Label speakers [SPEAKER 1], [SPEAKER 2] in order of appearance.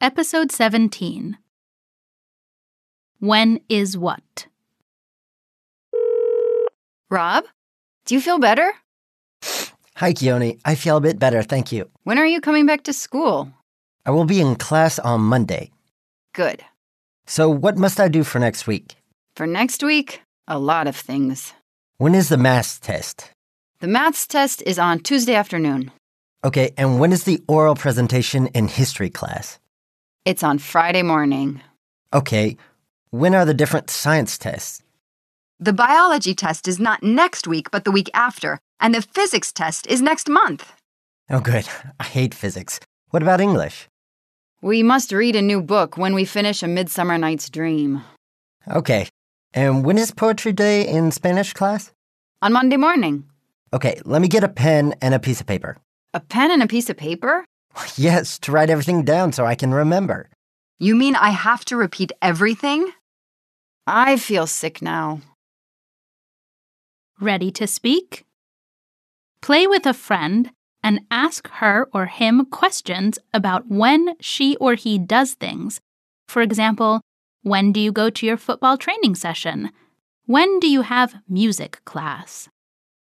[SPEAKER 1] Episode 17 When is What?
[SPEAKER 2] Rob, do you feel better?
[SPEAKER 3] Hi, Keone. I feel a bit better, thank you.
[SPEAKER 2] When are you coming back to school?
[SPEAKER 3] I will be in class on Monday.
[SPEAKER 2] Good.
[SPEAKER 3] So, what must I do for next week?
[SPEAKER 2] For next week, a lot of things.
[SPEAKER 3] When is the math test?
[SPEAKER 2] The maths test is on Tuesday afternoon.
[SPEAKER 3] Okay, and when is the oral presentation in history class?
[SPEAKER 2] It's on Friday morning.
[SPEAKER 3] Okay, when are the different science tests?
[SPEAKER 4] The biology test is not next week, but the week after, and the physics test is next month.
[SPEAKER 3] Oh, good. I hate physics. What about English?
[SPEAKER 2] We must read a new book when we finish A Midsummer Night's Dream.
[SPEAKER 3] Okay, and when is poetry day in Spanish class?
[SPEAKER 2] On Monday morning.
[SPEAKER 3] Okay, let me get a pen and a piece of paper.
[SPEAKER 2] A pen and a piece of paper?
[SPEAKER 3] Yes, to write everything down so I can remember.
[SPEAKER 4] You mean I have to repeat everything?
[SPEAKER 2] I feel sick now.
[SPEAKER 1] Ready to speak? Play with a friend and ask her or him questions about when she or he does things. For example, when do you go to your football training session? When do you have music class?